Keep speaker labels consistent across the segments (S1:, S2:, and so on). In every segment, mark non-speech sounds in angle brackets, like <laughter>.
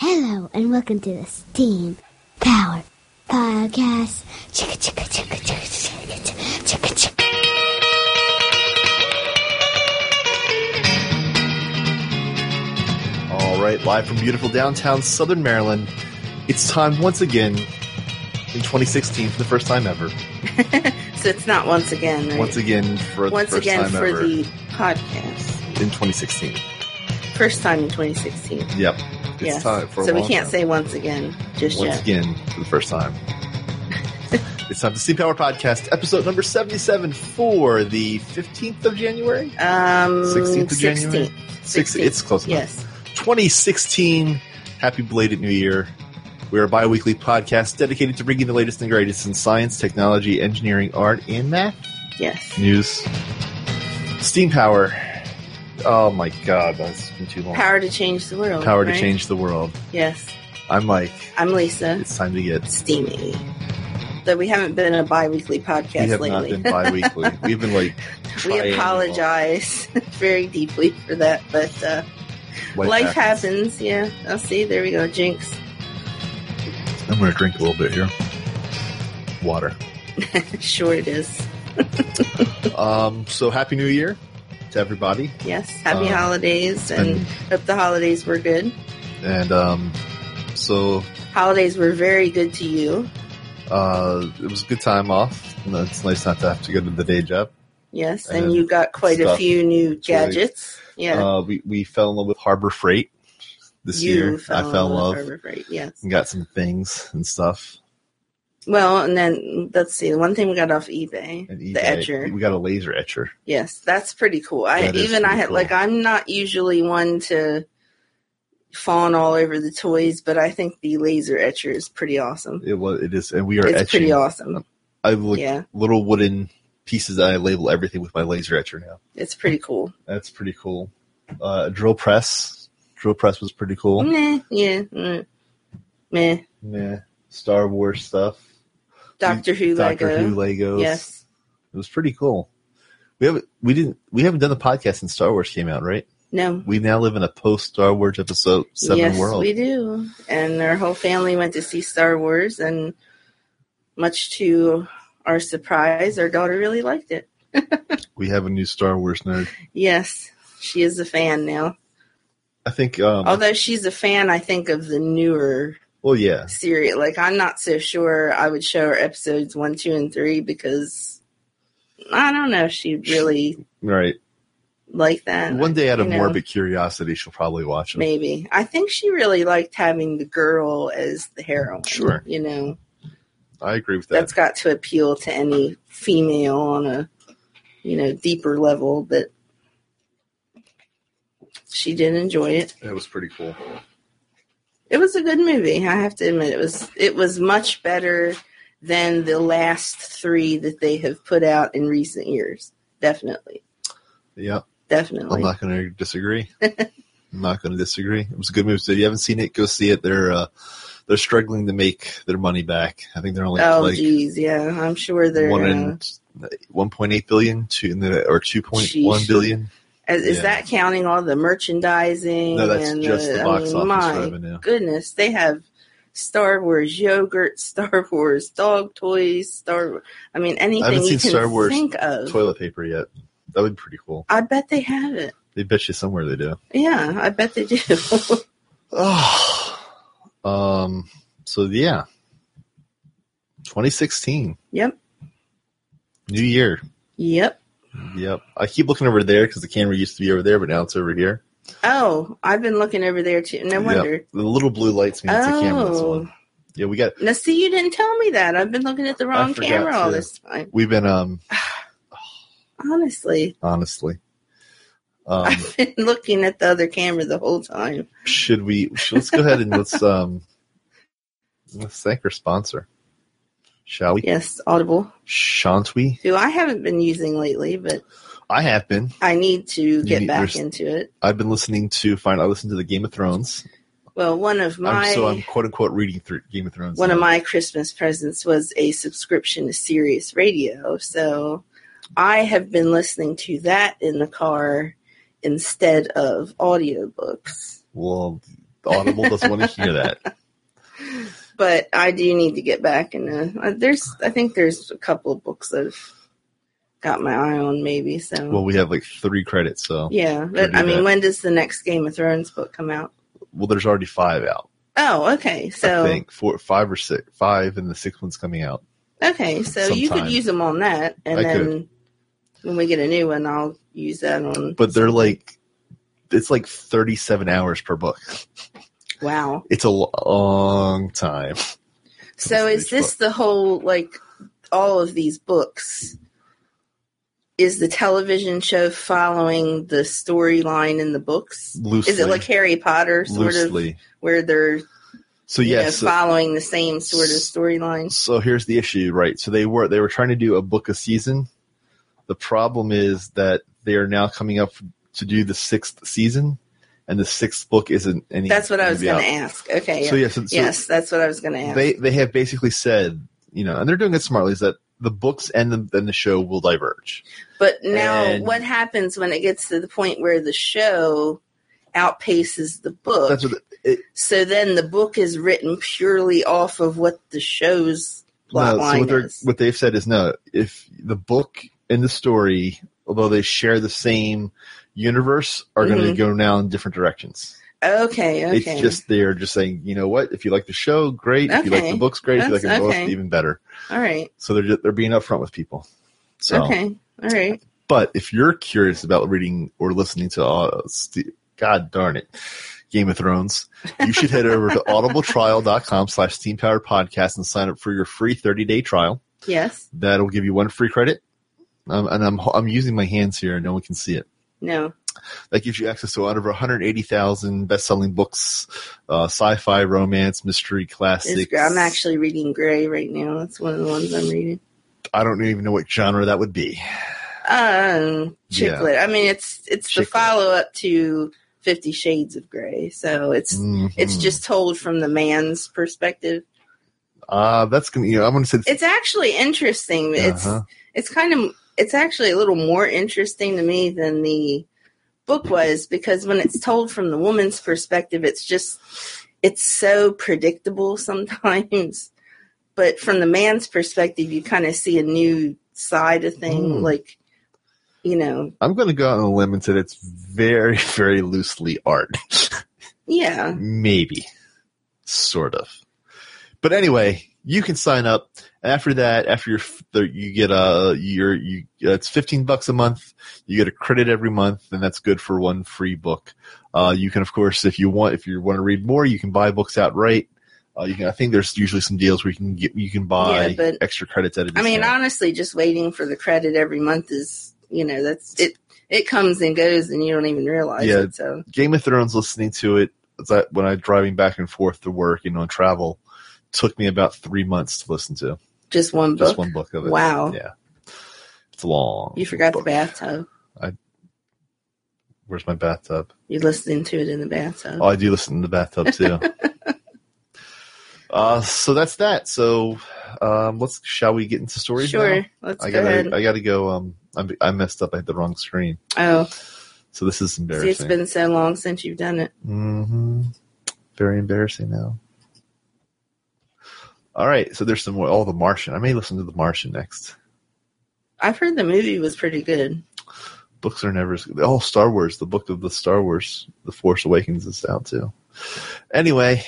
S1: and welcome to the Steam Power Podcast. Chicka chicka chicka chicka chicka chicka chicka.
S2: All right, live from beautiful downtown Southern Maryland, it's time once again in 2016 for the first time ever.
S3: So it's not once again, right?
S2: Once again for
S3: Once
S2: the first
S3: again
S2: time
S3: for
S2: ever
S3: the podcast.
S2: in 2016.
S3: First time in 2016.
S2: Yep, it's
S3: yes.
S2: time for a
S3: so we
S2: long
S3: can't
S2: time.
S3: say once again just
S2: once
S3: yet.
S2: again for the first
S3: <laughs>
S2: time. it's time to Steam Power Podcast, episode number 77 for the 15th of January.
S3: Um,
S2: 16th of January?
S3: 16th.
S2: Six,
S3: 16th.
S2: it's close enough.
S3: Yes.
S2: 2016. Happy belated New Year. We are a bi weekly podcast dedicated to bringing the latest and greatest in science, technology, engineering, art, and math
S3: Yes.
S2: news. Steam power. Oh my god, that's been too long.
S3: Power to change the world.
S2: Power to
S3: right?
S2: change the world.
S3: Yes.
S2: I'm like,
S3: I'm Lisa.
S2: it's time to get.
S3: Steamy. Though we haven't been a bi weekly podcast
S2: we have not
S3: <laughs> lately.
S2: been bi weekly. We've been like.
S3: we
S2: triangle.
S3: apologize <laughs> very deeply for that, but uh, life, happens. Yeah. I'll see. There we go. Jinx.
S2: I'm going to drink a little bit here. Water.
S3: sure it is.
S2: Um, so, Happy New Year to everybody.
S3: Yes. Happy
S2: Um,
S3: holidays and
S2: And,
S3: Hope the holidays were good.
S2: and um, so
S3: Holidays were very good to you.
S2: uh, it was a good time off. And It's nice not to have to go to the day job.
S3: Yes, and,
S2: And
S3: you got quite a
S2: stuff.
S3: few new
S2: It's really-
S3: gadgets. yeah,
S2: Uh, we, we fell in love with Harbor Freight this
S3: you
S2: year. I fell in love
S3: Harbor Freight, Yes.
S2: and got some things and stuff.
S3: Well, and then let's see. The one thing we got off eBay,
S2: And
S3: the
S2: eBay.
S3: etcher.
S2: We got a laser etcher.
S3: Yes, that's pretty cool. I
S2: That is
S3: even I
S2: pretty
S3: had
S2: cool.
S3: like I'm not usually one to fawn all over the toys, but I think the laser etcher is pretty awesome.
S2: It was. It is, and we are
S3: It's
S2: etching.
S3: pretty awesome.
S2: I have like
S3: Yeah,
S2: little wooden pieces that I label everything with my laser etcher now.
S3: it's pretty cool.
S2: That's pretty cool. Uh, drill press. Drill press was pretty cool.
S3: Meh, yeah, mm, meh.
S2: Yeah. Star Wars stuff.
S3: Doctor Who
S2: Doctor
S3: Lego.
S2: Who Legos.
S3: Yes.
S2: It was pretty cool. We haven't we didn't we haven't done the podcast since Star Wars came out, right?
S3: No.
S2: We now live in a post Star Wars episode seven
S3: yes,
S2: world.
S3: we do. And our whole family went to see Star Wars, and much to our surprise, our daughter really liked it.
S2: We have a new Star Wars nerd.
S3: Yes, she is a fan now.
S2: I think um
S3: Although she's a fan, I think of the newer
S2: well yeah.
S3: series. Like, I'm not so sure I would show her episodes one, two, and three because I don't know if she'd really
S2: Right.
S3: like that.
S2: One day out of
S3: you know.
S2: morbid curiosity she'll probably watch them.
S3: Maybe. I think she really liked having the girl as the heroine.
S2: Sure.
S3: You know,
S2: I agree with that.
S3: that's got to appeal to any female on a you know deeper level but she did enjoy it
S2: That was pretty cool.
S3: it was a good movie i have to admit it was it was much better than the last three that they have put out in recent years definitely
S2: Yeah. I'm
S3: definitely
S2: not gonna
S3: <laughs>
S2: disagree. I'm not gonna disagree. It was a good movie. So if you haven't seen it, go see it. They're uh they're struggling to make their money back. I think they're only
S3: oh
S2: like
S3: geez yeah i'm sure they're
S2: one
S3: uh,
S2: and one point eight billion, two in the or two point one
S3: Sheesh.
S2: billion.
S3: is, is
S2: yeah.
S3: that counting all the merchandising
S2: No, that's
S3: and uh,
S2: just the box
S3: I mean,
S2: office
S3: my
S2: revenue.
S3: goodness, they have Star Wars yogurt, <laughs> Star Wars dog toys, Star. I mean, anything you
S2: seen
S3: can
S2: Star Wars
S3: think of.
S2: Toilet paper yet? That would be pretty cool.
S3: I bet they have it.
S2: They bet you somewhere they do.
S3: Yeah, I bet they do. <laughs>
S2: Oh, um. So yeah, 2016,
S3: yep,
S2: new year.
S3: yep.
S2: Yep. I keep looking over there because the camera used to be over there, but now it's over here.
S3: Oh, I've been looking over there too. No
S2: Yep.
S3: wonder.
S2: The little blue lights mean it's a camera. That's
S3: Oh,
S2: one. Yeah, we got.
S3: now see, you didn't tell me that. I've been looking at the wrong
S2: forgot
S3: camera all
S2: to.
S3: this time.
S2: We've been um.
S3: Honestly, <laughs>
S2: Honestly. Um,
S3: I've been looking at the other camera the whole time.
S2: should we let's go ahead and let's um let's thank our sponsor shall we
S3: Yes, Audible,
S2: shan't we
S3: who I haven't been using lately, but
S2: i have been
S3: I need to get
S2: need-
S3: back
S2: there's-
S3: into it.
S2: i've been listening to find i listened to the game of thrones
S3: Well, one of my
S2: I'm, so i'm quote unquote reading through game of thrones
S3: one of
S2: now.
S3: my Christmas presents was a subscription to Sirius Radio, so I have been listening to that in the car instead of audiobooks. <laughs>
S2: well audible doesn't want to hear that
S3: but I do need to get back and uh, there's I think there's a couple of books I've got my eye on maybe so
S2: Well, we have like three credits, so
S3: yeah but
S2: do
S3: I mean
S2: that.
S3: when does the next Game of Thrones book come out
S2: well, there's already five out.
S3: oh okay
S2: I
S3: so
S2: think four, five or six, five, and the sixth one's coming out.
S3: okay so you could
S2: Sometime.
S3: use them on that and
S2: I
S3: then
S2: could.
S3: when we get a new one I'll use that on
S2: But they're like, it's like 37 hours per book.
S3: wow
S2: It's a long time.
S3: So
S2: That's
S3: is
S2: huge
S3: this the whole like all of these books? Is the television show following the storyline in the books?
S2: Loosely,
S3: Is it like Harry Potter sort of
S2: loosely.
S3: where they're
S2: so
S3: you
S2: yes,
S3: know, following the same sort of storyline?
S2: so here's the issue right so they were they were trying to do a book a season the problem is that they are now coming up to do the sixth season and the sixth book isn't any
S3: That's what I was going to
S2: to
S3: ask. Okay.
S2: so
S3: yeah.
S2: yeah so, so
S3: yes, that's what I was going to ask.
S2: they they have basically said you know and they're doing it smartly is that the books and the and the show will diverge
S3: but now,
S2: and-
S3: what happens when it gets to the point where the show outpaces the book?
S2: that's what it,
S3: so then the book is written purely off of what the show's plot
S2: no, so
S3: line
S2: what, they're,
S3: is.
S2: what they've said is no if the book and the story although they share the same universe are going to
S3: Mhm.
S2: go now in different directions
S3: Okay, okay.
S2: It's just they're just saying, you know what? If you like the show, great. If you like the
S3: Okay.
S2: books, great. if you like
S3: That's-
S2: them both,
S3: okay.
S2: even better.
S3: all right.
S2: So they're just, they're being upfront with people. So,
S3: Okay. All right.
S2: but if you're curious about reading or listening to, uh, st- God darn it, Game of Thrones, you should head over to audibletrial.com slash Steam Powered Podcast and sign up for your free 30 day trial.
S3: Yes.
S2: That'll give you one free credit. Um, and I'm I'm using my hands here, and no one can see it.
S3: No.
S2: That gives you access to out of 180,000 best-selling books, uh, sci-fi, romance, mystery,
S3: It's,
S2: classics.
S3: I'm actually reading Gray right now. That's one of the ones I'm reading.
S2: I don't even know what genre that would be.
S3: Um,
S2: Yeah.
S3: Chicklet. I mean, it's it's the
S2: Chicklet.
S3: follow up to Fifty Shades of Gray, so it's it's
S2: Mhm.
S3: just told from the man's perspective.
S2: uh, that's gonna. You know, I'm gonna say
S3: It's actually interesting. It's
S2: Uh-huh.
S3: it's kind of it's actually a little more interesting to me than the book was because when it's told from the woman's perspective it's just it's so predictable <laughs> sometimes but from the man's perspective you kind of see a new side of thing
S2: Mm.
S3: like you know
S2: I'm gonna go out on a limb and say it's very, <laughs> very loosely art,
S3: yeah
S2: maybe, sort of. But anyway, you can sign up. And after that, after your, f- the- you get a your you uh, it's 15 bucks a month. You get a credit every month, and that's good for one free book. Uh, you can, of course, if you want, if you want to read more, you can buy books outright. Uh, you can, I think there's usually some deals where you can get you can buy
S3: Yeah, but-
S2: extra credits at a
S3: i
S2: discount.
S3: mean honestly just waiting for the credit every month is you know that's it it comes and goes and you don't even realize
S2: Yeah.
S3: it so
S2: Game of Thrones listening to it it's like when I driving back and forth to work and on travel took me about three months to listen to
S3: just one book
S2: just one book of it.
S3: wow
S2: Yeah, it's long.
S3: you forgot
S2: book.
S3: the bathtub
S2: Where's my bathtub?
S3: you're listening to it in the bathtub
S2: Oh, I do listen in the bathtub
S3: <laughs>
S2: too. uh, so that's that. So um, let's shall we get into stories?
S3: Sure,
S2: now?
S3: let's
S2: I
S3: go
S2: gotta
S3: ahead.
S2: I gotta go. Um, I, I messed up. I had the wrong screen.
S3: oh,
S2: So this is
S3: see, it's
S2: embarrassing.
S3: been so long since you've done it.
S2: hmm Very embarrassing now. All right, so there's some more. Oh, The Martian. I may listen to The Martian next.
S3: I've heard the movie was pretty good.
S2: Books are never as good. Oh, Star Wars. The book of the Star Wars, The Force Awakens is out too. Anyway,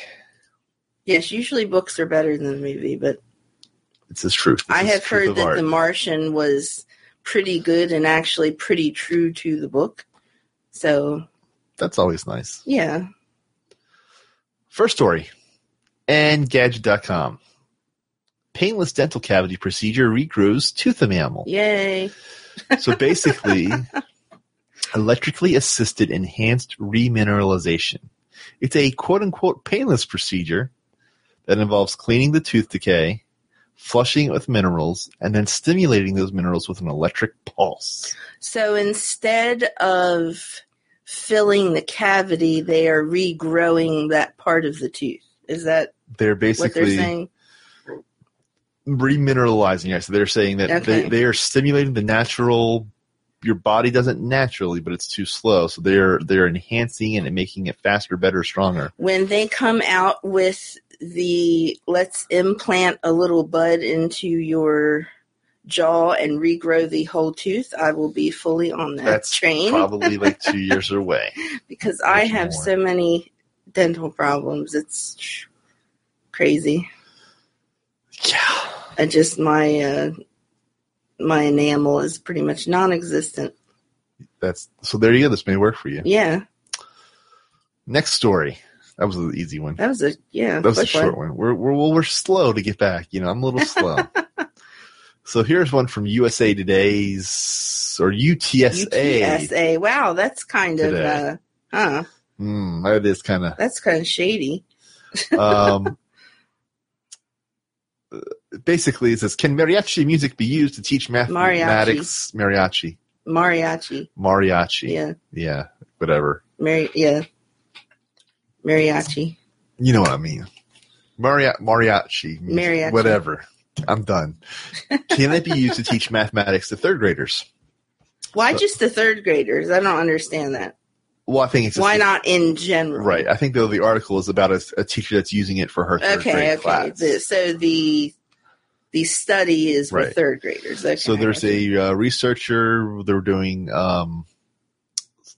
S3: Yes, usually books are better than the movie, but
S2: it's his truth. This
S3: I
S2: is
S3: have
S2: truth
S3: heard
S2: of
S3: that
S2: art.
S3: The Martian was pretty good and actually pretty true to the book. So,
S2: That's always nice.
S3: yeah.
S2: First story and gadget.com. Painless dental cavity procedure regrows tooth enamel.
S3: Yay.
S2: So basically, electrically assisted enhanced remineralization. It's a quote unquote painless procedure that involves cleaning the tooth decay, flushing it with minerals, and then stimulating those minerals with an electric pulse.
S3: So instead of filling the cavity, they are regrowing that part of the tooth. Is that
S2: They're
S3: what they're
S2: basically
S3: saying?
S2: remineralizing. Yeah, so they're saying that
S3: Okay.
S2: they, they are stimulating the natural. Your body doesn't naturally, but it's too slow. So they're they're enhancing it and making it faster, better, stronger.
S3: when they come out with the let's implant a little bud into your jaw and regrow the whole tooth, I will be fully on that
S2: That's
S3: train
S2: probably like
S3: <laughs>
S2: two years away.
S3: because I
S2: There's
S3: have
S2: more.
S3: so many dental problems. It's crazy.
S2: Yeah.
S3: I just my uh, my enamel is pretty much non-existent.
S2: That's so there you go. This may work for you.
S3: Yeah,
S2: Next story. That was an easy one.
S3: that was a yeah.
S2: That was a
S3: quick one.
S2: short one. We're we're well, we're slow to get back. You know, I'm a little slow. so here's one from USA Today's or UTSA.
S3: UTSA. Wow, that's kind of
S2: Today.
S3: uh, huh.
S2: Hmm, that is kind of.
S3: That's kind of shady.
S2: Um, <laughs> uh, basically, it says, "Can mariachi music be used to teach mathematics?" Mariachi,
S3: Mariachi.
S2: mariachi,
S3: Yeah,
S2: yeah, whatever.
S3: Mari- yeah. Mariachi.
S2: You know what I mean. Maria, mariachi, music,
S3: Mariachi.
S2: whatever. I'm done. Can it be used to teach mathematics to third graders?
S3: Why
S2: So-
S3: just the third graders? I don't understand that.
S2: Well, I think it's just
S3: Why not in general?
S2: Right. I think though the article is about a, a teacher that's using it for her third grade
S3: Okay. Okay.
S2: class.
S3: The- so the the study is
S2: Right.
S3: with third graders. Okay.
S2: so there's a uh, researcher. They were doing. Um,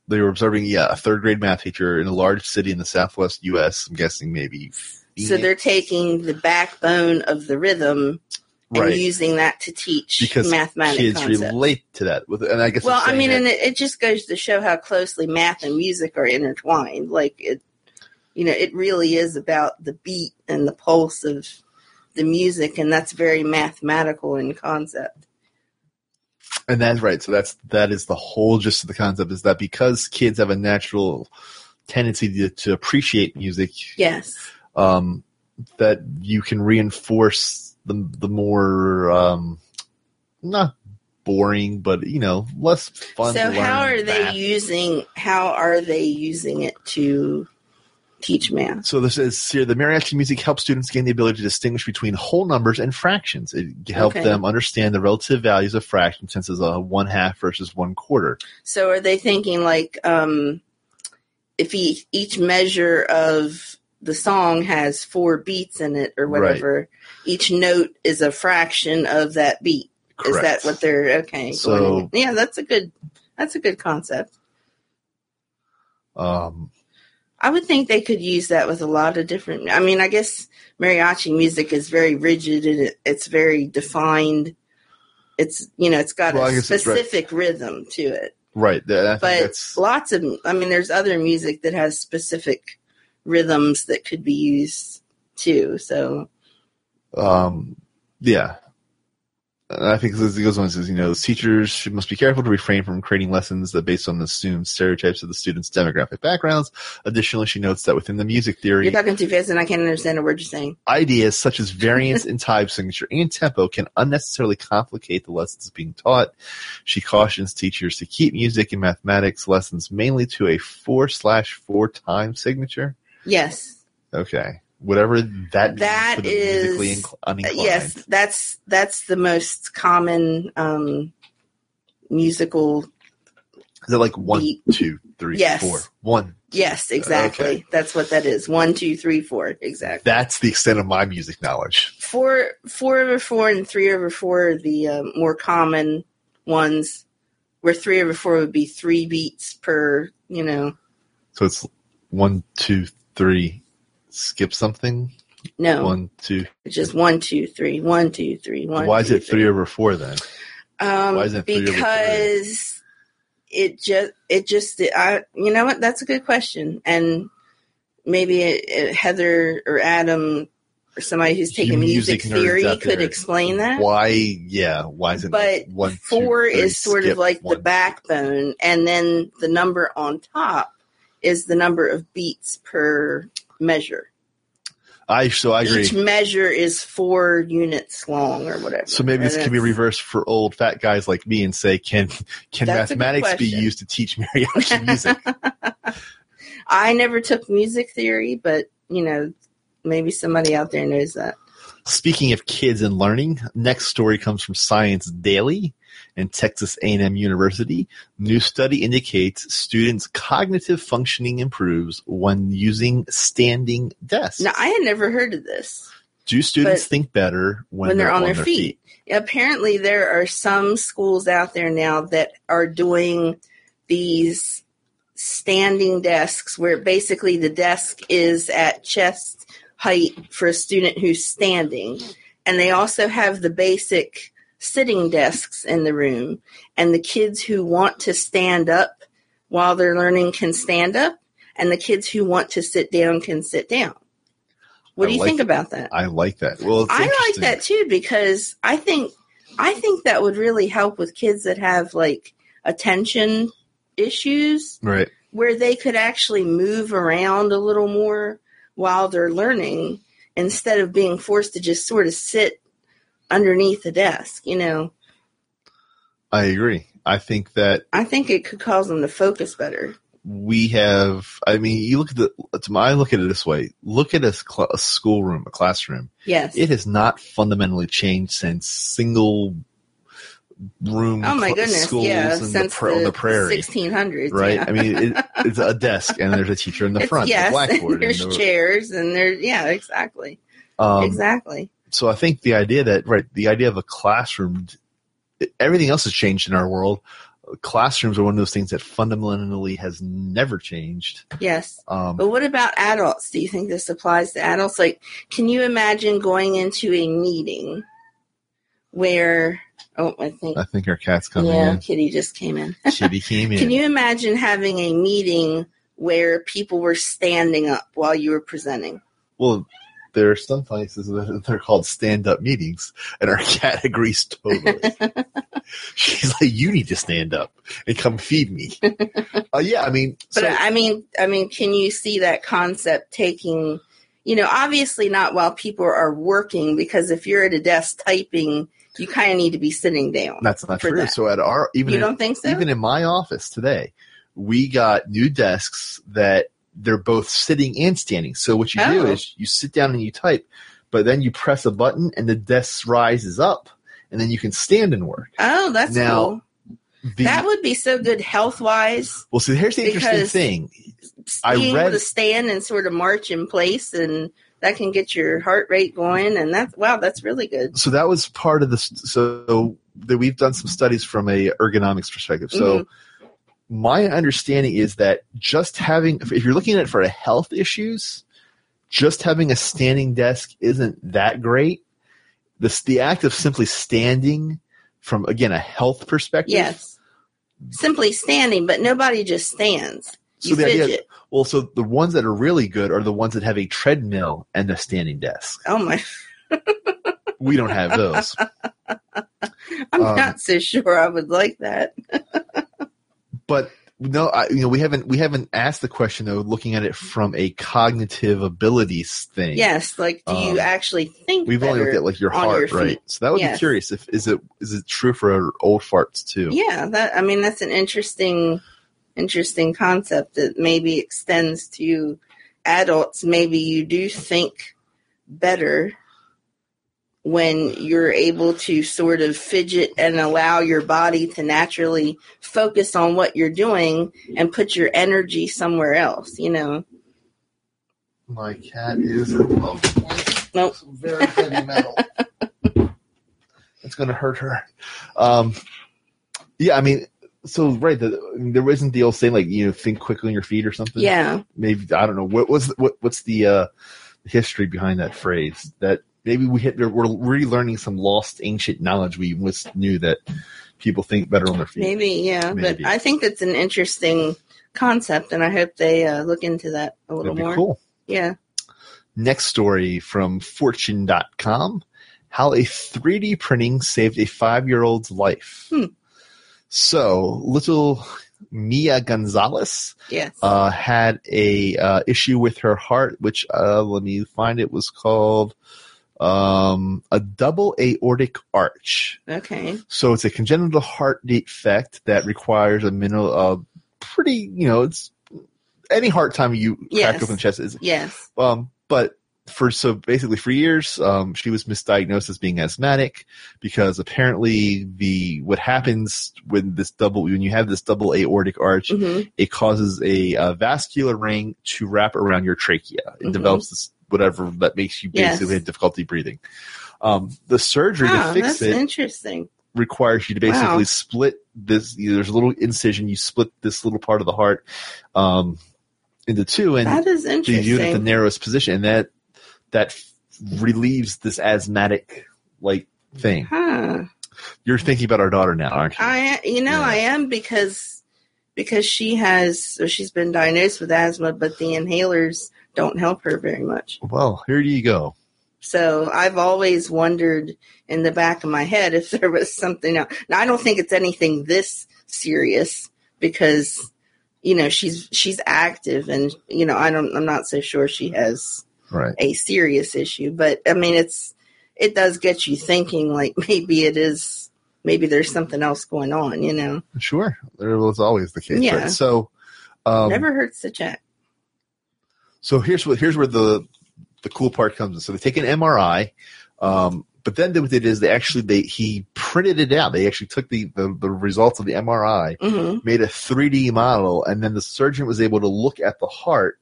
S2: they were observing. Yeah, a third grade math teacher in a large city in the southwest U.S. I'm guessing maybe. E
S3: so they're taking the backbone of the rhythm and
S2: right
S3: using that to teach
S2: because
S3: mathematics
S2: kids
S3: concepts.
S2: relate to that. With and I guess.
S3: Well,
S2: I'm
S3: I
S2: saying
S3: mean,
S2: that-
S3: and it, it just goes to show how closely math and music are intertwined. Like it, you know, it really is about the beat and the pulse of the music, and that's very mathematical in concept.
S2: And that's right. So that's that is the whole gist of the concept is that because kids have a natural tendency to, to appreciate music,
S3: Yes,
S2: um, that you can reinforce the the more um, not boring, but you know, less fun.
S3: So,
S2: to
S3: how
S2: learn
S3: are they
S2: math.
S3: using? How are they using it to teach math?
S2: So this is here. The mariachi music helps students gain the ability to distinguish between whole numbers and fractions. It helped
S3: Okay.
S2: them understand the relative values of fractions, since it's a one half versus one quarter.
S3: So, are they thinking like um, if each, each measure of the song has four beats in it or
S2: Right.
S3: whatever, each note is a fraction of that beat?
S2: Correct.
S3: Is that what they're okay?
S2: So-
S3: going- yeah, that's a good that's a good concept.
S2: Um,
S3: I would think they could use that with a lot of different. I mean, I guess mariachi music is very rigid and it, it's very defined. It's you know, it's got
S2: Well, I
S3: a
S2: guess it's right.
S3: specific rhythm to it.
S2: right. That, I think
S3: But
S2: that's
S3: lots of, I mean, there's other music that has specific rhythms that could be used too. So
S2: um, yeah. And I think this goes on and says, you know, teachers should, must be careful to refrain from creating lessons that based on the assumed stereotypes of the students' demographic backgrounds. Additionally, she notes that within the music
S3: you're
S2: theory,
S3: talking too fast, and I can't understand a word you're saying.
S2: ideas such as variance in time signature and tempo can unnecessarily complicate the lessons being taught. She cautions teachers to keep music and mathematics lessons mainly to a four slash four time signature.
S3: Yes,
S2: Okay. Whatever that means
S3: That
S2: for the
S3: is-
S2: musically inc-
S3: Uh,
S2: uninclined.
S3: yes, that's that's the most common um, musical.
S2: Is it like one,
S3: Beat.
S2: two, three,
S3: Yes.
S2: four? One.
S3: Yes, exactly.
S2: Okay.
S3: That's what that is. One, two, three, four. Exactly.
S2: That's the extent of my music knowledge.
S3: four four over four and three over four are the uh, more common ones where three over four would be three beats per you know
S2: So it's one, two, three, skip something.
S3: no
S2: One, two.
S3: it's just one two three one two three one
S2: Why is
S3: two,
S2: it three over four then?
S3: um
S2: why is it three over three?
S3: because it just it just i you know what that's a good question and maybe it, it- heather or adam or somebody who's
S2: You
S3: taking music,
S2: nerds
S3: theory
S2: out
S3: could
S2: there,
S3: explain that
S2: Why? Yeah. Why is it?
S3: but
S2: one, two,
S3: four
S2: three,
S3: is sort
S2: skip,
S3: of like
S2: one,
S3: the backbone, and then the number on top is the number of beats per measure.
S2: I so I agree.
S3: Each measure is four units long, or whatever.
S2: So maybe this
S3: And
S2: can be
S3: it's-
S2: reversed for old fat guys like me and say, can can
S3: That's a good
S2: mathematics be
S3: question.
S2: used to teach
S3: <laughs>
S2: mariachi music?
S3: I never took music theory, but you know, maybe somebody out there knows that.
S2: Speaking of kids and learning, next story comes from Science Daily and Texas A&M University. New study indicates students' cognitive functioning improves when using standing desks.
S3: Now, I had never heard of this
S2: Do students
S3: but-
S2: think better when,
S3: when, they're, on, their, feet. Apparently, there are some schools out there now that are doing these standing desks where basically the desk is at chest height for a student who's standing. And they also have the basic sitting desks in the room. And the kids who want to stand up while they're learning can stand up, and the kids who want to sit down can sit down. What
S2: I
S3: do you
S2: like
S3: think
S2: it.
S3: about that?
S2: I like that. Well, it's
S3: I like
S2: interesting.
S3: that too because I think I think that would really help with kids that have like attention issues
S2: Right.
S3: where they could actually move around a little more while they're learning instead of being forced to just sort of sit underneath the desk, you know.
S2: I agree. I think that
S3: I think it could cause them to focus better.
S2: we have i mean you look at the to my I look at it this way look at a, cl- a schoolroom a classroom
S3: Yes.
S2: it has not fundamentally changed since single room
S3: oh my
S2: cl-
S3: goodness,
S2: schools
S3: yeah,
S2: in
S3: since
S2: the, pra- on the prairie
S3: 1600s,
S2: right
S3: yeah.
S2: i mean it, it's a desk and there's a teacher in the
S3: <laughs> It's-
S2: front a
S3: yes,
S2: blackboard
S3: and there's
S2: and the-
S3: chairs and there yeah, exactly.
S2: um,
S3: exactly.
S2: so i think the idea that right the idea of a classroom everything else has changed in our world classrooms are one of those things that fundamentally has never changed
S3: Yes.
S2: um,
S3: But what about adults? Do you think this applies to adults? Like, can you imagine going into a meeting where, oh, I think,
S2: i think our cat's coming
S3: yeah,
S2: in
S3: Kitty just came in.
S2: Kitty came in.
S3: <laughs> Can you imagine having a meeting where people were standing up while you were presenting?
S2: well, there are some places that <laughs> they're called stand-up meetings, and our <laughs> cat agrees
S3: <laughs>
S2: totally. She's like, "You need to stand up and come feed me." uh, yeah, I mean,
S3: But
S2: so,
S3: I mean, I mean, can you see that concept taking, you know, obviously not while people are working, because if you're at a desk typing, you kind of need to be sitting down.
S2: that's not
S3: for
S2: true.
S3: that.
S2: So at our even
S3: you
S2: in,
S3: don't think so?
S2: even in my office today, we got new desks that they're both sitting and standing. So what you do
S3: Oh.
S2: is you sit down and you type, but then you press a button and the desk rises up, and then you can stand and work.
S3: oh, that's
S2: Now,
S3: cool.
S2: The,
S3: that would be so good health wise.
S2: well, so here's the interesting
S3: because-
S2: thing. I
S3: Being
S2: read-
S3: able to stand and sort of march in place, and that can get your heart rate going. And that's wow, that's really good.
S2: so that was part of the so that we've done some studies from a ergonomics perspective so
S3: Mm-hmm.
S2: my understanding is that just having if you're looking at it for health issues just having a standing desk isn't that great this the act of simply standing from again a health perspective
S3: Yes, simply standing, but nobody just stands.
S2: So
S3: You
S2: the idea-
S3: fidget.
S2: well so the ones that are really good are the ones that have a treadmill and a standing desk
S3: oh my, <laughs>
S2: we don't have those
S3: I'm
S2: Um,
S3: not so sure I would like that.
S2: but no, I, you know, we haven't we haven't asked the question though. Looking at it from a cognitive abilities thing,
S3: Yes, like do
S2: um,
S3: you actually think
S2: we've only looked
S3: better?
S2: at like your
S3: on your
S2: heart, right?
S3: feet.
S2: So that would be
S3: Yes.
S2: curious. If is it is it true for our old farts too?
S3: yeah, that I mean that's an interesting, interesting concept that maybe extends to adults. Maybe you do think better when you're able to sort of fidget and allow your body to naturally focus on what you're doing and put your energy somewhere else. You know,
S2: My cat is a love
S3: Nope.
S2: very heavy metal.
S3: <laughs>
S2: it's going to hurt her. Um, yeah, I mean, so right, the, there isn't the old saying like you know think quickly on your feet or something.
S3: yeah,
S2: maybe I don't know what was what what's the uh, history behind that phrase that maybe we hit we're relearning some lost ancient knowledge we once knew that people think better on their feet.
S3: maybe, yeah.
S2: Maybe.
S3: But I think that's an interesting concept, and I hope they uh, look into that a little
S2: That'd be
S3: more.
S2: cool.
S3: Yeah.
S2: Next story from fortune.com how a 3D printing saved a 5-year-old's life.
S3: Hmm.
S2: So, little Mia Gonzalez
S3: Yes.
S2: uh, had a uh, issue with her heart, which uh, let me find it was called um, a double aortic arch.
S3: okay.
S2: So it's a congenital heart defect that requires a minimal, uh, pretty you know, it's any heart time you crack
S3: Yes.
S2: open the chest is,
S3: Yes.
S2: um, but for so basically for years um, she was misdiagnosed as being asthmatic because apparently the what happens when this double when you have this double aortic arch
S3: Mhm.
S2: it causes a, uh vascular ring to wrap around your trachea it
S3: Mhm.
S2: develops this whatever that makes you
S3: Yes.
S2: basically have difficulty breathing um, the surgery
S3: Wow,
S2: to fix
S3: that's
S2: it
S3: interesting.
S2: requires you to basically
S3: Wow.
S2: split this there's a little incision you split this little part of the heart um, into two and
S3: That is
S2: so you do it at the
S3: interesting.
S2: narrowest position, and that that f- relieves this asthmatic like thing.
S3: Huh.
S2: You're thinking about our daughter now, aren't you?
S3: I you know
S2: Yeah.
S3: I am because because she has or she's been diagnosed with asthma, but the inhalers don't help her very much.
S2: well, here you go.
S3: So I've always wondered in the back of my head if <laughs> there was something else. Now I don't think it's anything this serious because you know she's she's active and you know I don't I'm not so sure she has
S2: Right.
S3: a serious issue, but I mean it's it does get you thinking like <laughs> maybe it is maybe there's something else going on, you know.
S2: Sure. There was always the case.
S3: Yeah.
S2: Right? So, um,
S3: Never hurts to check.
S2: so here's what here's where the the cool part comes in. So they take an MRI, um, but then what they did is they actually they he printed it out. They actually took the the, the results of the MRI
S3: hmm
S2: made a 3D model, and then the surgeon was able to look at the heart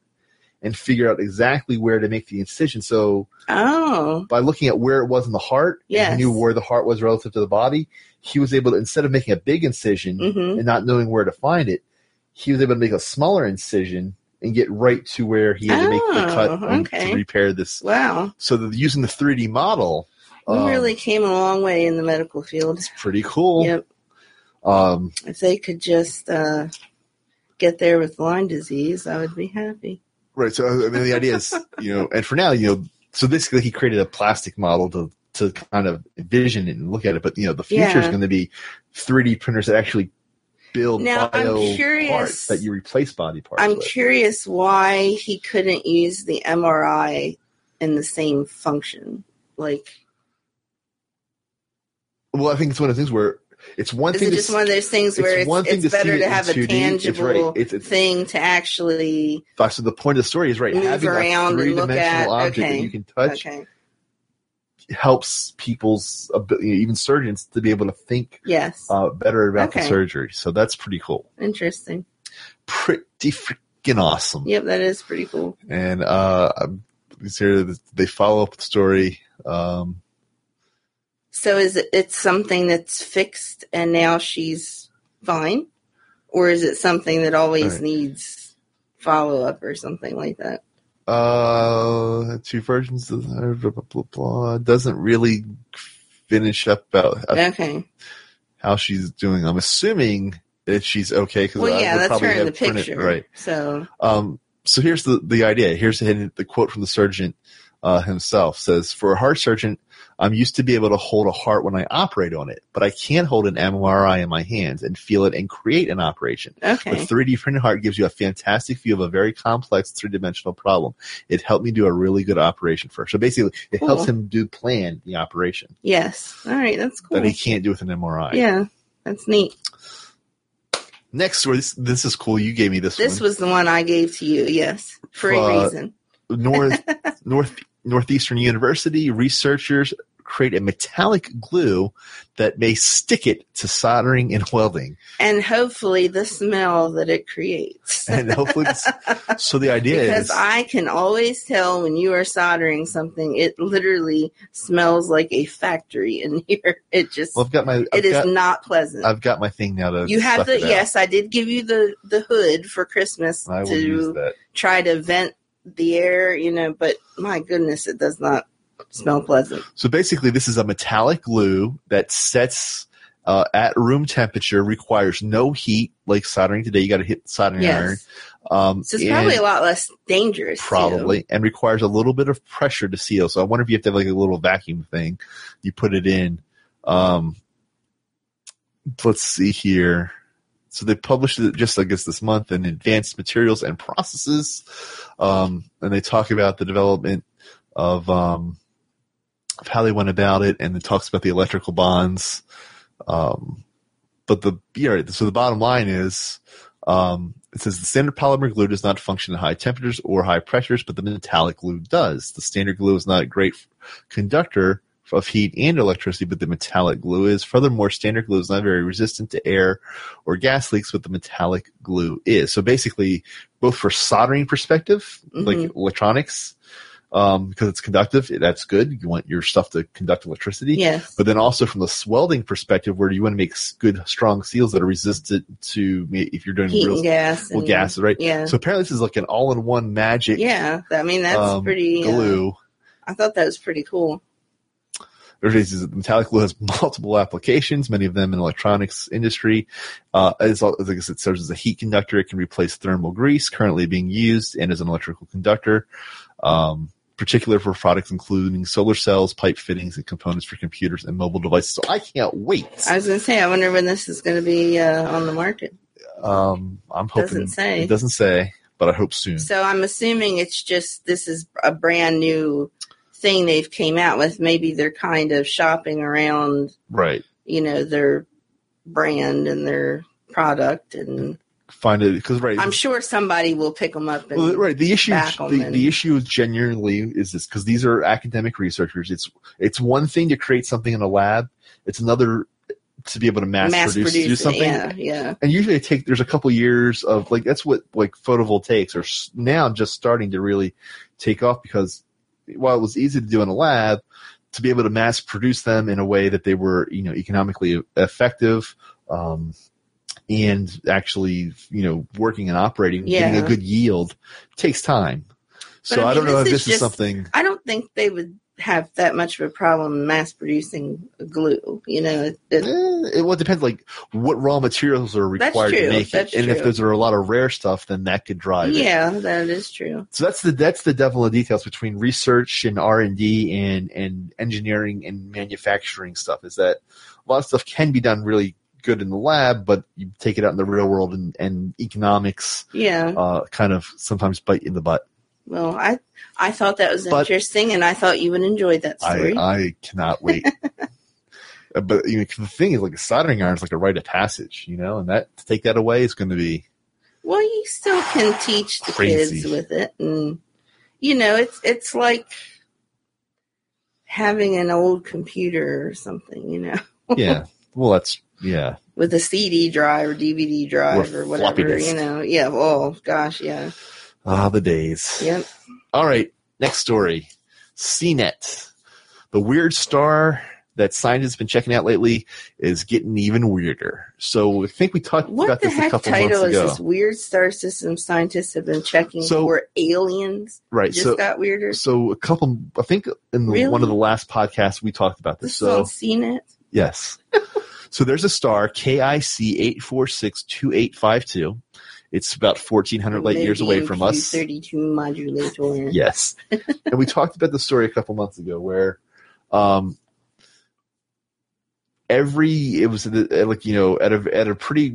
S2: and figure out exactly where to make the incision. So
S3: Oh,
S2: by looking at where it was in the heart, and
S3: Yes.
S2: he knew where the heart was relative to the body. He was able to, instead of making a big incision
S3: hmm
S2: Mm-hmm. and not knowing where to find it, he was able to make a smaller incision and get right to where he had to make the
S3: Oh,
S2: cut on-
S3: okay.
S2: to repair this.
S3: wow!
S2: So the, using the 3D model,
S3: We
S2: um,
S3: really came a long way in the medical field.
S2: it's pretty cool.
S3: Yep.
S2: Um,
S3: If they could just uh, get there with Lyme disease, I would be happy.
S2: Right. So I mean, the idea is, you know, and for now, you know, so basically he created a plastic model to to kind of envision it and look at it. But you know, the future is
S3: Yeah.
S2: going to be 3D printers that actually build
S3: Now, I'm
S2: bio parts
S3: curious-
S2: that you replace body parts.
S3: I'm
S2: with.
S3: curious why he couldn't use the MRI in the same function. Like,
S2: well, I think it's one of the things where it's one
S3: is
S2: thing.
S3: it
S2: to
S3: just
S2: s-
S3: one of those things
S2: it's
S3: where it's,
S2: one thing
S3: it's
S2: to see
S3: better
S2: it
S3: to
S2: in
S3: have
S2: 2D,
S3: a
S2: it's right.
S3: tangible
S2: It's- it's-
S3: thing to actually?
S2: so the point of the story is right.
S3: Move
S2: Having a
S3: around and
S2: three
S3: look at-
S2: dimensional object that
S3: okay.
S2: you can touch
S3: Okay.
S2: helps people's, abi- even surgeons, to be able to think
S3: Yes.
S2: uh, better about the
S3: Okay.
S2: surgery. So that's pretty cool.
S3: Interesting.
S2: Pretty freaking awesome.
S3: Yep, that is pretty cool.
S2: and uh, I'm- it's here that they follow up the story. Um,
S3: So is it it's something that's fixed and now she's fine? Or is it something that always
S2: Right.
S3: needs follow up or something like that?
S2: uh, two versions of blah, blah, blah, blah. doesn't really finish up about how,
S3: Okay.
S2: how she's doing. I'm assuming that she's okay because
S3: Well
S2: I
S3: yeah,
S2: would
S3: that's
S2: probably
S3: her in the
S2: have printed-
S3: picture.
S2: right?
S3: So
S2: Um, so here's the, the idea. Here's the, the quote from the surgeon uh, himself says, "For a heart surgeon, I'm used to be able to hold a heart when I operate on it, but I can't hold an MRI in my hands and feel it and create an operation. The
S3: okay.
S2: 3D printed heart gives you a fantastic view of a very complex three dimensional problem. It helped me do a really good operation first. So basically, it
S3: Cool.
S2: helps him do plan the operation
S3: Yes. All right, that's cool.
S2: that he can't do with an MRI.
S3: Yeah. That's neat.
S2: Next story. This, this is cool. You gave me this.
S3: This
S2: one.
S3: was the one I gave to you, yes. For a
S2: Uh,
S3: reason.
S2: North
S3: <laughs>
S2: North Northeastern University researchers create a metallic glue that may stick it to soldering and welding,
S3: And hopefully the smell that it creates.
S2: and hopefully.
S3: <laughs>
S2: It's, so the idea
S3: because
S2: is
S3: I can always tell when you are soldering something, it literally smells like a factory in <laughs> here. It just
S2: well, I've got my I've
S3: it is
S2: got,
S3: not pleasant.
S2: I've got my thing now to
S3: you have
S2: suck
S3: the
S2: it out.
S3: yes, I did give you the the hood for Christmas
S2: I will use
S3: to
S2: that.
S3: try to vent the air, you know, but my goodness, it does not smell pleasant.
S2: So basically, this is a metallic glue that sets uh, at room temperature, requires no heat like soldering today. You got to hit soldering iron.
S3: Yes.
S2: Um,
S3: So it's probably
S2: and-
S3: a lot less dangerous. too.
S2: probably, and requires a little bit of pressure to seal. So I wonder if you have to have like a little vacuum thing. You put it in. Um, let's see here. So they published it just I guess this month in Advanced Materials and Processes, um, and they talk about the development of um, of how they went about it, and it talks about the electrical bonds. Um, but the yeah, so the bottom line is Um, it says the standard polymer glue does not function at high temperatures or high pressures, but the metallic glue does. The standard glue is not a great conductor of heat and electricity, but the metallic glue is. Furthermore, standard glue is not very resistant to air or gas leaks, but the metallic glue is. So basically, both for soldering perspective, like electronics, um, because it's conductive, that's good. You want your stuff to conduct electricity.
S3: Yes.
S2: But then also from the welding perspective, where you want to make s- good, strong seals that are resistant to if you're doing
S3: Heat
S2: real
S3: and gas.
S2: well,
S3: and-
S2: gas, right?
S3: Yeah.
S2: So apparently, this is like an all-in-one magic.
S3: Yeah. I mean, that's
S2: um,
S3: pretty. uh,
S2: glue.
S3: I thought that was pretty cool.
S2: There it is. metallic glue has <laughs> multiple applications, many of them in electronics industry. Uh, as, as like I said, it serves as a heat conductor. It can replace thermal grease, currently being used, and as an electrical conductor. Um, particular for products including solar cells, pipe fittings, and components for computers and mobile devices. So I can't wait.
S3: I was going to say, I wonder when this is going to be uh, on the market.
S2: Um, I'm hoping
S3: Doesn't say.
S2: it doesn't say, but I hope soon.
S3: So I'm assuming it's just this is a brand new thing they've came out with. Maybe they're kind of shopping around,
S2: right.
S3: you know, their brand and their product, and
S2: Find it because right.
S3: I'm
S2: it's-
S3: sure somebody will pick them up. And,
S2: Well, right. The issue,
S3: back on
S2: the,
S3: them.
S2: the issue genuinely is this because these are academic researchers. It's it's one thing to create something in a lab. It's another to be able to mass,
S3: mass
S2: produce,
S3: produce
S2: do
S3: it.
S2: something.
S3: Yeah, yeah.
S2: And usually they take there's a couple years of like that's what like photovoltaics are s- now just starting to really take off because while it was easy to do in a lab, to be able to mass produce them in a way that they were you know economically effective. Um, and actually, you know, working and operating, getting a
S3: Yeah.
S2: good yield takes time. So
S3: But, I
S2: I,
S3: mean,
S2: don't know if
S3: this is
S2: this is
S3: just-
S2: something.
S3: I don't think they would have that much of a problem mass producing glue. You know, it,
S2: eh,
S3: it,
S2: It, well, it depends, like what raw materials are
S3: That's
S2: required to
S3: true.
S2: make
S3: That's
S2: it, and if
S3: true.
S2: those are a lot of rare stuff, then that could drive it.
S3: yeah, that is true.
S2: So that's the that's the devil in details between research and R and D and and engineering and manufacturing stuff. Is that a lot of stuff can be done really good in the lab, but you take it out in the real world and, and economics
S3: Yeah.
S2: uh, kind of sometimes bite you in the butt.
S3: Well, I I thought that was
S2: But-
S3: interesting, and I thought you would enjoy that
S2: I,
S3: story.
S2: I cannot wait. Uh, but you know, 'cause the thing is, like a soldering iron is like a rite of passage, you know, and that to take that away is going to be
S3: well, you still can teach the
S2: Crazy.
S3: kids with it, and you know, it's it's like having an old computer or something, you know, <laughs>
S2: yeah. well, that's yeah.
S3: with a CD drive or DVD drive
S2: Or
S3: or,
S2: floppy
S3: whatever,
S2: disk.
S3: you know. Yeah. Oh gosh, yeah.
S2: Ah, the days.
S3: Yep.
S2: All right, next story. CNET, the weird star that scientists have been checking out lately, is getting even weirder. So I think we talked
S3: What
S2: about
S3: the
S2: this a
S3: heck
S2: couple months
S3: title is
S2: ago,
S3: this? Weird star system scientists have been checking
S2: So-
S3: for aliens.
S2: right?
S3: Just
S2: So,
S3: got weirder.
S2: so a couple. I think in the,
S3: Really?
S2: one of the last podcasts we talked about this.
S3: This
S2: so
S3: is on CNET. <laughs>
S2: Yes. so there's a star, KIC eight four six two eight five two. It's about fourteen hundred light years away from us.
S3: Thirty-two modulator.
S2: Yes.
S3: <laughs>
S2: and we talked about the story a couple months ago where um every it was the- uh, like you know at a at a pretty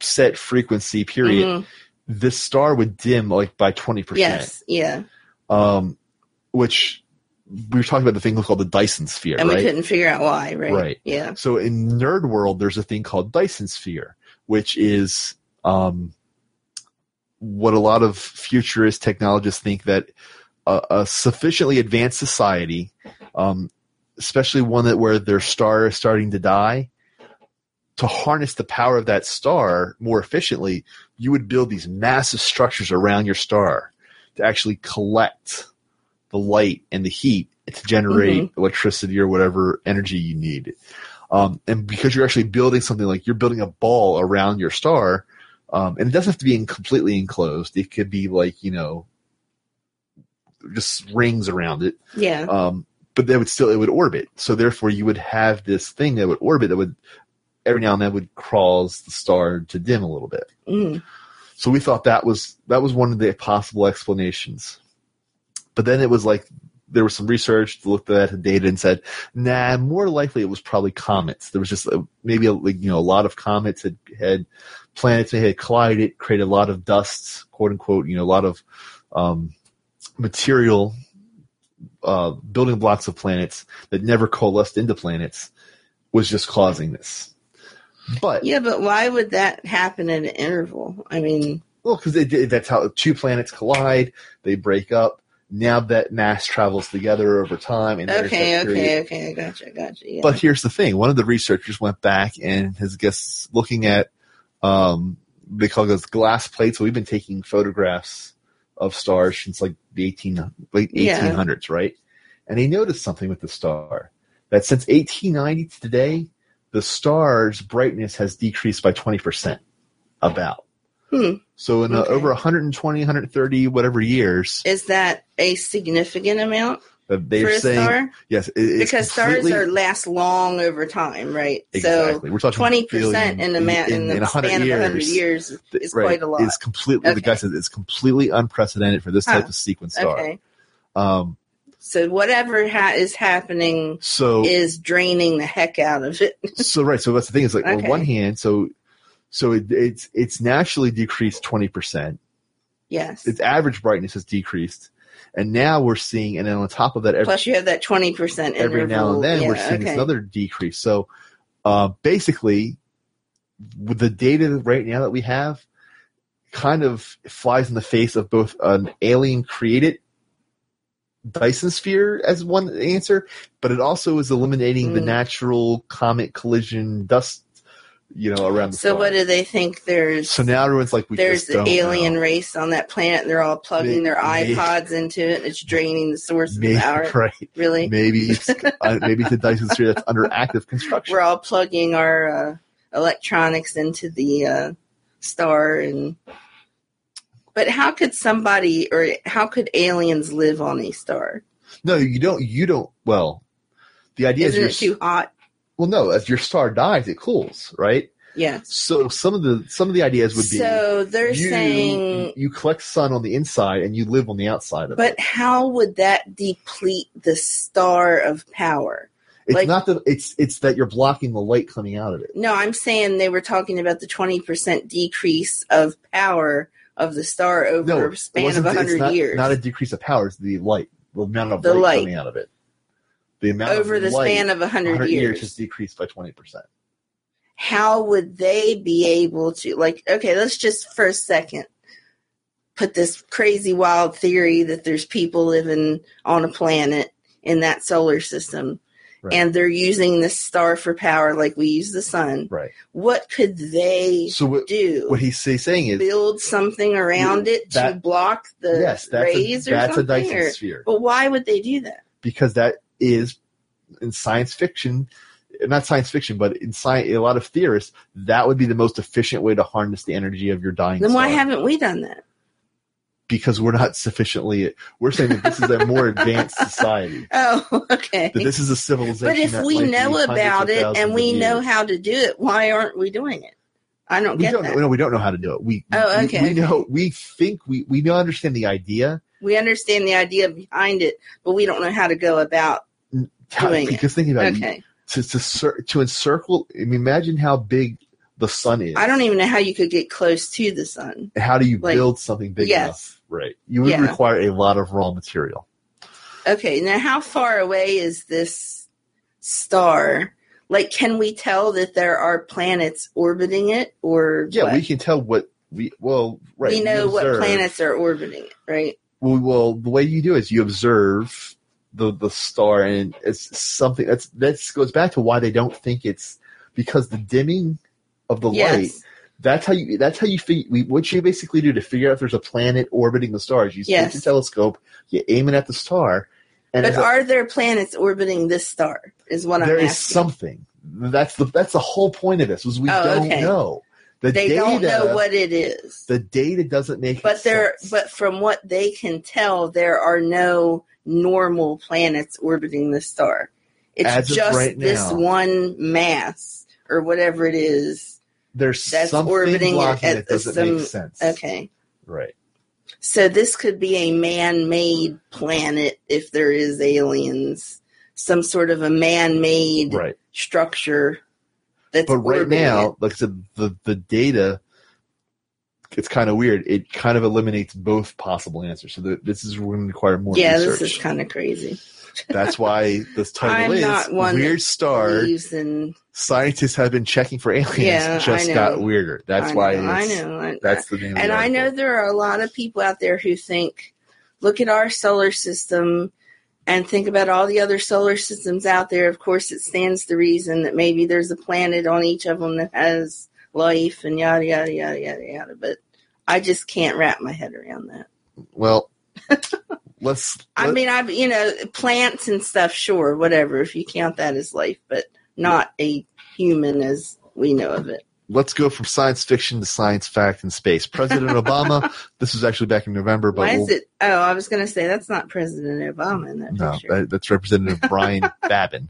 S2: set frequency period
S3: Mhm.
S2: this star would dim like by 20%.
S3: Yes, yeah.
S2: Um which we were talking about the thing called the Dyson sphere,
S3: And
S2: right?
S3: we couldn't figure out why, right?
S2: Right.
S3: Yeah.
S2: So in nerd world, there's a thing called Dyson Sphere, which is um, what a lot of futurist technologists think that a, a sufficiently advanced society, um, especially one that where their star is starting to die, to harness the power of that star more efficiently, you would build these massive structures around your star to actually collect the light and the heat to generate electricity or whatever energy you need. Um, and because you're actually building something like you're building a ball around your star, um, and it doesn't have to be in completely enclosed. It could be like you know, just rings around it.
S3: Yeah.
S2: Um, but they would still it would orbit. So therefore, you would have this thing that would orbit that would every now and then would cause the star to dim a little bit.
S3: Mm.
S2: So we thought that was that was one of the possible explanations. But then it was like there was some research looked at the data and said, nah, more likely it was probably comets. There was just uh maybe a, like, you know a lot of comets had had planets that had collided, created a lot of dust, quote unquote, you know, a lot of um, material uh, building blocks of planets that never coalesced into planets was just causing this. But
S3: Yeah, but why would that happen at an interval? I mean,
S2: Well, because they did. That's how two planets collide. They break up. Now that mass travels together over time. And there's
S3: okay,
S2: that period.
S3: okay, okay. I gotcha, gotcha. Yeah.
S2: But here's the thing: one of the researchers went back and has guess looking at um, they call those glass plates. We've been taking photographs of stars since like the eighteen late
S3: Yeah.
S2: eighteen hundreds, right? And he noticed something with the star that since eighteen ninety to today, the star's brightness has decreased by twenty percent, about.
S3: Hmm.
S2: So in uh,
S3: Okay.
S2: over 120, 130, whatever years,
S3: Is that a significant amount
S2: that
S3: for
S2: they're
S3: a
S2: saying
S3: star?
S2: yes, it- it's
S3: Because stars
S2: completely-
S3: are last long over time, right?
S2: Exactly. We're
S3: So
S2: talking
S3: twenty percent
S2: billion-
S3: in the ma- in, the
S2: 100
S3: span of hundred years
S2: th-
S3: is quite a lot.
S2: It's completely the guy
S3: Okay.
S2: says it's completely unprecedented for this type
S3: Huh.
S2: of sequence star.
S3: okay.
S2: Um,
S3: So whatever ha- is happening
S2: so
S3: <laughs> is draining the heck out of it.
S2: so right. So that's the thing. Is like on
S3: Okay.
S2: one hand, so so it, it's it's naturally decreased twenty percent.
S3: Yes.
S2: Its average brightness has decreased, and now we're seeing, and then on top of that, every,
S3: Plus, you have that twenty percent
S2: every now and then we're seeing this another decrease. So uh, basically, with the data right now that we have, kind of flies in the face of both an alien created Dyson sphere as one answer, but it also is eliminating the
S3: Mm.
S2: natural comet collision dust, you know, around the
S3: So
S2: star.
S3: what do they think? There's
S2: so now everyone's like, we
S3: there's
S2: just don't
S3: the alien
S2: know.
S3: race on that planet. And they're all plugging their
S2: May-
S3: iPods into it. and It's draining the source of
S2: Maybe,
S3: power.
S2: <laughs> right.
S3: Really,
S2: Maybe it's, uh, maybe it's a Dyson sphere that's under active construction.
S3: we're all plugging our uh, electronics into the uh, star and. But how could somebody or how could aliens live on a star?
S2: No, you don't. You don't. Well, the idea
S3: Isn't it
S2: is your
S3: too hot?
S2: well, no. As your star dies, it cools, right?
S3: Yes.
S2: So some of the some of the ideas would be
S3: So they're
S2: you,
S3: saying,
S2: you collect sun on the inside and you live on the outside of it.
S3: but how would that deplete the star of power?
S2: It's
S3: like-
S2: not that it's it's that you're blocking the light coming out of it.
S3: No, I'm saying they were talking about the 20% decrease of power of the star
S2: No,
S3: over a
S2: it
S3: span of
S2: wasn't- it's
S3: 100
S2: not,
S3: years.
S2: Not a decrease of power. It's the light, the amount of
S3: The
S2: light,
S3: light.
S2: coming out of it. The amount
S3: over
S2: of
S3: the
S2: light,
S3: span of 100,
S2: 100
S3: years.
S2: has decreased by twenty percent.
S3: How would they be able to, like, okay, let's just for a second put this crazy wild theory that there's people living on a planet in that solar system
S2: Right.
S3: and they're using this star for power like we use the sun.
S2: Right.
S3: What could they
S2: So what,
S3: do?
S2: what he's say- saying is
S3: build something around it to
S2: That-
S3: block the
S2: yes, that's a,
S3: rays or
S2: that's a
S3: something?
S2: Dyson
S3: or-
S2: sphere.
S3: but why would they do that?
S2: because that is in science fiction not science fiction but in science a lot of theorists that would be the most efficient way to harness the energy of your dying
S3: Then why
S2: star.
S3: haven't we done that?
S2: because we're not sufficiently we're saying that this is a more
S3: <laughs>
S2: advanced society
S3: Oh, <laughs> okay.
S2: that this is a civilization
S3: But if
S2: that
S3: we
S2: might be
S3: know
S2: hundreds of
S3: about it
S2: thousands
S3: and
S2: of
S3: we
S2: years.
S3: know how to do it, why aren't we doing it? I don't
S2: we
S3: get
S2: don't
S3: that.
S2: know no, we don't know how to do it we
S3: Oh,
S2: we-
S3: okay,
S2: we,
S3: okay.
S2: know we think we we know understand the idea
S3: We understand the idea behind it, but we don't know how to go about.
S2: How-
S3: Doing it.
S2: because thinking about it
S3: Okay,
S2: to to, cir- to encircle I mean, imagine how big the sun is
S3: I don't even know how you could get close to the sun.
S2: how do you
S3: Like,
S2: build something big
S3: yes.
S2: enough? Right. You would
S3: Yeah.
S2: require a lot of raw material.
S3: Okay, now how far away is this star? Like, can we tell that there are planets orbiting it, or
S2: Yeah,
S3: what?
S2: we can tell what we well right.
S3: we know what
S2: observe-
S3: planets are orbiting it, right?
S2: Well, well, the way you do is you observe the the star, and it's something that's that's goes back to why they don't think it's because the dimming of the light.
S3: yes,
S2: That's how you. That's how you. Fig- we, what you basically do to figure out if there's a planet orbiting the stars. You take
S3: Yes.
S2: the telescope, you aim it at the star, and
S3: but
S2: as a-
S3: are there planets orbiting this star? Is what
S2: There
S3: I'm
S2: is
S3: asking.
S2: something. That's the that's the whole point of this was we
S3: Oh,
S2: don't
S3: okay.
S2: know. The
S3: they
S2: data,
S3: don't know what it is,
S2: the data doesn't make
S3: but there,
S2: sense.
S3: but from what they can tell, there are no normal planets orbiting this star. It's
S2: As of
S3: just
S2: right
S3: this
S2: now.
S3: one mass or whatever it is.
S2: there's
S3: that's
S2: something
S3: orbiting
S2: blocking
S3: at-
S2: it doesn't
S3: some-
S2: make sense.
S3: Okay.
S2: Right.
S3: So this could be a man-made planet if there is aliens, some sort of a man-made
S2: Right.
S3: structure. That's
S2: But right
S3: orbiting
S2: now,
S3: it.
S2: like I said, the, the data it's kind of weird. It kind of eliminates both possible answers. So th- this is going to require more
S3: yeah,
S2: research.
S3: this is kind of crazy.
S2: That's why this
S3: <laughs>
S2: title
S3: I'm
S2: is
S3: not one
S2: Weird
S3: that
S2: Star.
S3: Believes in-
S2: Scientists have been checking for aliens.
S3: Yeah,
S2: just
S3: I know.
S2: got weirder. That's
S3: I
S2: why
S3: know, I
S2: it's-
S3: know. I-
S2: That's the name. of the
S3: and I know
S2: article.
S3: there are a lot of people out there who think, look at our solar system and think about all the other solar systems out there. Of course, it stands to reason that maybe there's a planet on each of them that has life and yada, yada, yada, yada, yada. But I just can't wrap my head around that. <laughs>
S2: Well, let's.
S3: I
S2: let-
S3: mean, I've, you know, plants and stuff, sure, whatever, if you count that as life, but not a human as we know of it.
S2: let's go from science fiction to science fact and space. President
S3: <laughs>
S2: Obama. This was actually back in November, but
S3: Why
S2: we'll,
S3: is it? Oh, I was going to say that's not President Obama in that
S2: no,
S3: picture.
S2: that, that's
S3: <laughs>
S2: Representative Brian Babin.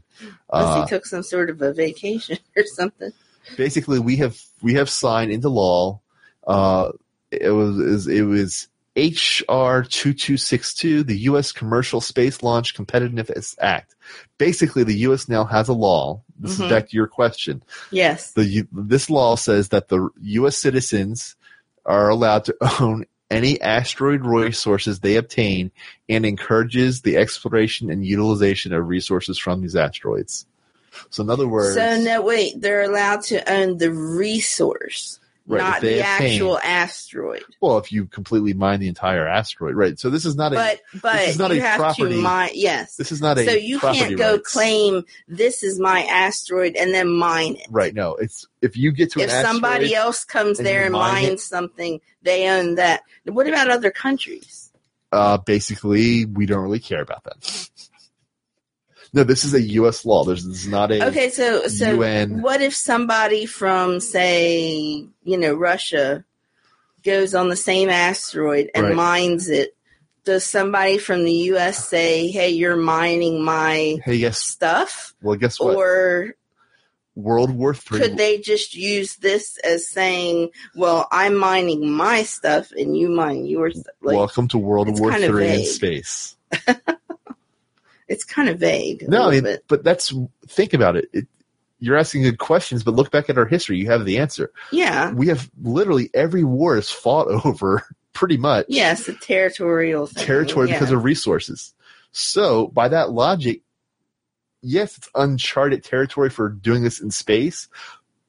S3: Unless
S2: Uh,
S3: he took some sort of a vacation <laughs> or something.
S2: basically we have we have signed into law uh it was is- it was HR 2262 the US Commercial Space Launch Competitiveness Act basically the US now has a law this
S3: Mhm.
S2: is back to your question
S3: Yes.
S2: the U- this law says that the US citizens are allowed to own any asteroid resources they obtain and encourages the exploration and utilization of resources from these asteroids so in other words
S3: So no, wait. They're allowed to own the resource,
S2: right, if
S3: not
S2: they
S3: the
S2: obtain-
S3: actual asteroid.
S2: Well, if you completely mine the entire asteroid, right? So this is not a
S3: But but
S2: is not
S3: you
S2: a
S3: have
S2: property-
S3: to mine. Yes.
S2: this is not a
S3: So you
S2: property
S3: can't go
S2: rights.
S3: claim this is my asteroid and then mine it.
S2: right. No, it's if you get to
S3: If
S2: an asteroid,
S3: somebody else comes
S2: and
S3: there
S2: you
S3: and
S2: mine it-
S3: mines something, they own that. What about other countries?
S2: uh, basically we don't really care about that. <laughs> No, this is a U.S. law. There's this is not a
S3: Okay, so so
S2: UN.
S3: what if somebody from say, you know, Russia goes on the same asteroid and
S2: Right.
S3: mines it? Does somebody from the US say, "Hey, you're mining my
S2: Hey, guess
S3: stuff?"
S2: well, guess what?
S3: Or
S2: World War Three.
S3: could they just use this as saying, "Well, I'm mining my stuff and you mine yours." Like
S2: Welcome to World
S3: it's
S2: War
S3: kind of
S2: Three in
S3: vague.
S2: space.
S3: it's kind of vague. a
S2: No, I
S3: little
S2: mean,
S3: bit.
S2: but that's think about it. it. You're asking good questions, but look back at our history. You have the answer.
S3: yeah.
S2: We have literally every war is fought <laughs> over pretty much
S3: Yes, a territorial thing.
S2: territory
S3: yeah.
S2: because of resources. So by that logic, yes, it's uncharted territory for doing this in space,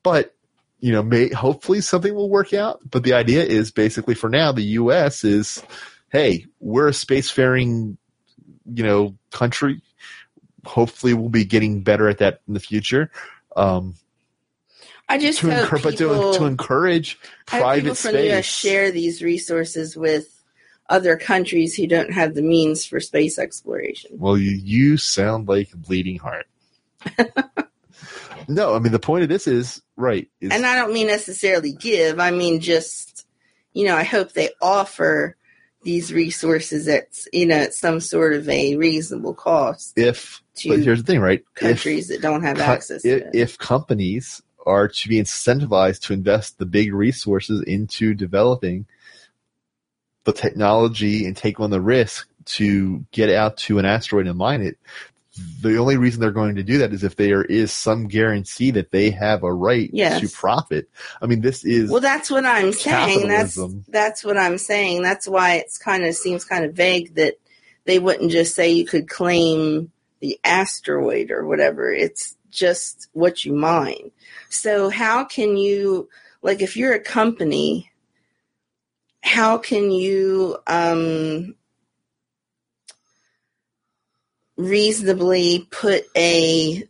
S2: but you know, may hopefully something will work out. But the idea is basically for now, the U.S. is, hey, we're a spacefaring, you know, country. Hopefully, we'll be getting better at that in the future. Um,
S3: I just
S2: to,
S3: hope
S2: encour- but
S3: people-
S2: to, to encourage
S3: I hope
S2: private
S3: people from the US
S2: space.
S3: share these resources with other countries who don't have the means for space exploration.
S2: Well, you, you sound like a bleeding heart. <laughs> no, I mean the point of this is right. Is,
S3: And I don't mean necessarily give, I mean just you know, I hope they offer these resources at you know, at some sort of a reasonable cost
S2: if but
S3: to
S2: here's the thing, right?
S3: countries that don't
S2: if,
S3: have
S2: co-
S3: access to
S2: if,
S3: it.
S2: if companies are to be incentivized to invest the big resources into developing the technology and take on the risk to get out to an asteroid and mine it. The only reason they're going to do that is if there is some guarantee that they have a right
S3: Yes.
S2: to profit. I mean, this is
S3: Well, that's what I'm saying. That's
S2: Capitalism.
S3: that's what I'm saying. That's why it's kind of seems kind of vague that they wouldn't just say you could claim the asteroid or whatever. It's just what you mine. So how can you like if you're a company? How can you um, reasonably put a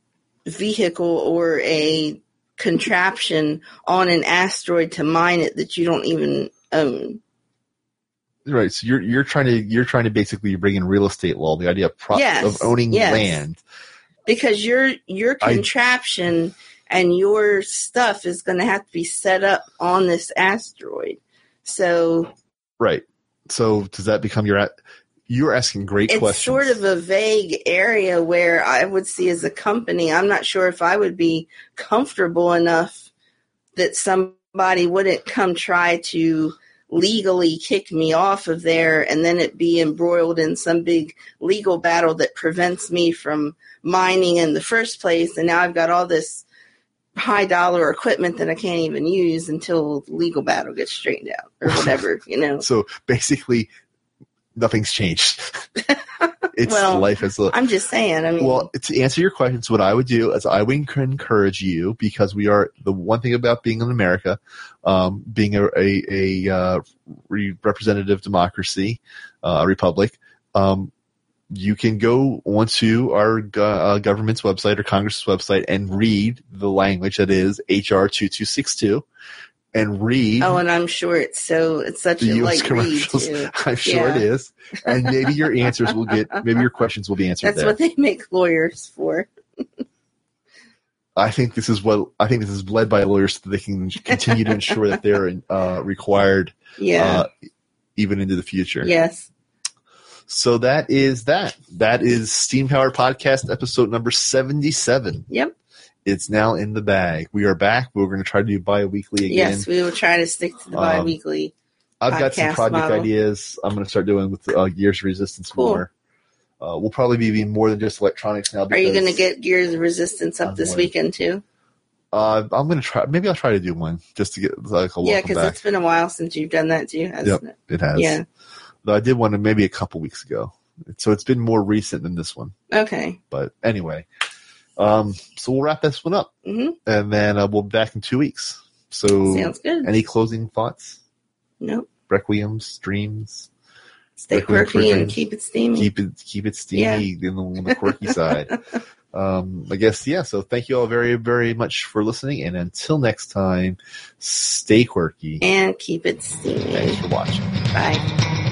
S3: vehicle or a contraption on an asteroid to mine it that you don't even own.
S2: Right. So you're you're trying to you're trying to basically bring in real estate law, the idea of pro-
S3: Yes,
S2: of owning
S3: yes.
S2: land.
S3: Because your your
S2: I-
S3: contraption and your stuff is gonna have to be set up on this asteroid. So
S2: Right. So does that become your a- you're asking great
S3: it's
S2: questions.
S3: sort of a vague area where I would see as a company, I'm not sure if I would be comfortable enough that somebody wouldn't come try to legally kick me off of there and then it be embroiled in some big legal battle that prevents me from mining in the first place. And now I've got all this high dollar equipment that I can't even use until the legal battle gets straightened out or
S2: <laughs>
S3: whatever, you know.
S2: So basically, nothing's changed. <laughs> it's
S3: Well,
S2: life as a,
S3: I'm just saying, I mean,
S2: well, to answer your questions, what I would do is I would enc- encourage you because we are the one thing about being in America, um, being a a, a uh, re- representative democracy, uh, republic. Um, you can go onto our go- uh, government's website or Congress's website and read the language that is HR two two six two, and read.
S3: oh, and I'm sure it's so, it's such
S2: Mm-hmm. the
S3: a
S2: U.S.
S3: light read,
S2: commercials,
S3: too.
S2: <laughs> I'm sure it is, and maybe your answers will get, maybe your questions will be answered.
S3: That's
S2: there.
S3: what they make lawyers for.
S2: I think this is what I think this is led by lawyers so they
S3: <laughs>
S2: can continue to ensure that they're uh, required
S3: Yeah.
S2: uh, even into the future.
S3: yes.
S2: So that is that. That is Steam Power Podcast episode number seventy-seven.
S3: Yep.
S2: It's now in the bag. We are back. We're going to try to do bi-weekly again.
S3: Yes. We will try to stick to the
S2: Um,
S3: bi weekly.
S2: I've got some
S3: podcast
S2: project
S3: model.
S2: ideas. I'm going to start doing with uh, Gears of Resistance
S3: Cool.
S2: more. Uh, we'll probably be even more than just electronics now.
S3: Are you
S2: because,
S3: going to get Gears of Resistance up
S2: I'm
S3: this
S2: going-
S3: weekend, too?
S2: Uh, I'm going to try. Maybe I'll try to do one just to get like a
S3: Yeah,
S2: welcome
S3: because
S2: back.
S3: it's been a while since you've done that, too, hasn't it?
S2: It has.
S3: Yeah.
S2: though I did one maybe a couple weeks ago. So it's been more recent than this one.
S3: Okay.
S2: But anyway, um, so we'll wrap this one up
S3: hmm
S2: and then uh, we'll be back in two weeks. So
S3: Sounds good.
S2: any closing thoughts,
S3: Nope.
S2: requiems, dreams?
S3: Stay
S2: Requiem
S3: quirky and
S2: Requiem.
S3: keep it steamy.
S2: Keep it keep it steamy <laughs> in the, on the quirky side. Um, I guess yeah. So thank you all very very much for listening, and until next time, stay quirky.
S3: and keep it steamy.
S2: Thanks for watching.
S3: Bye.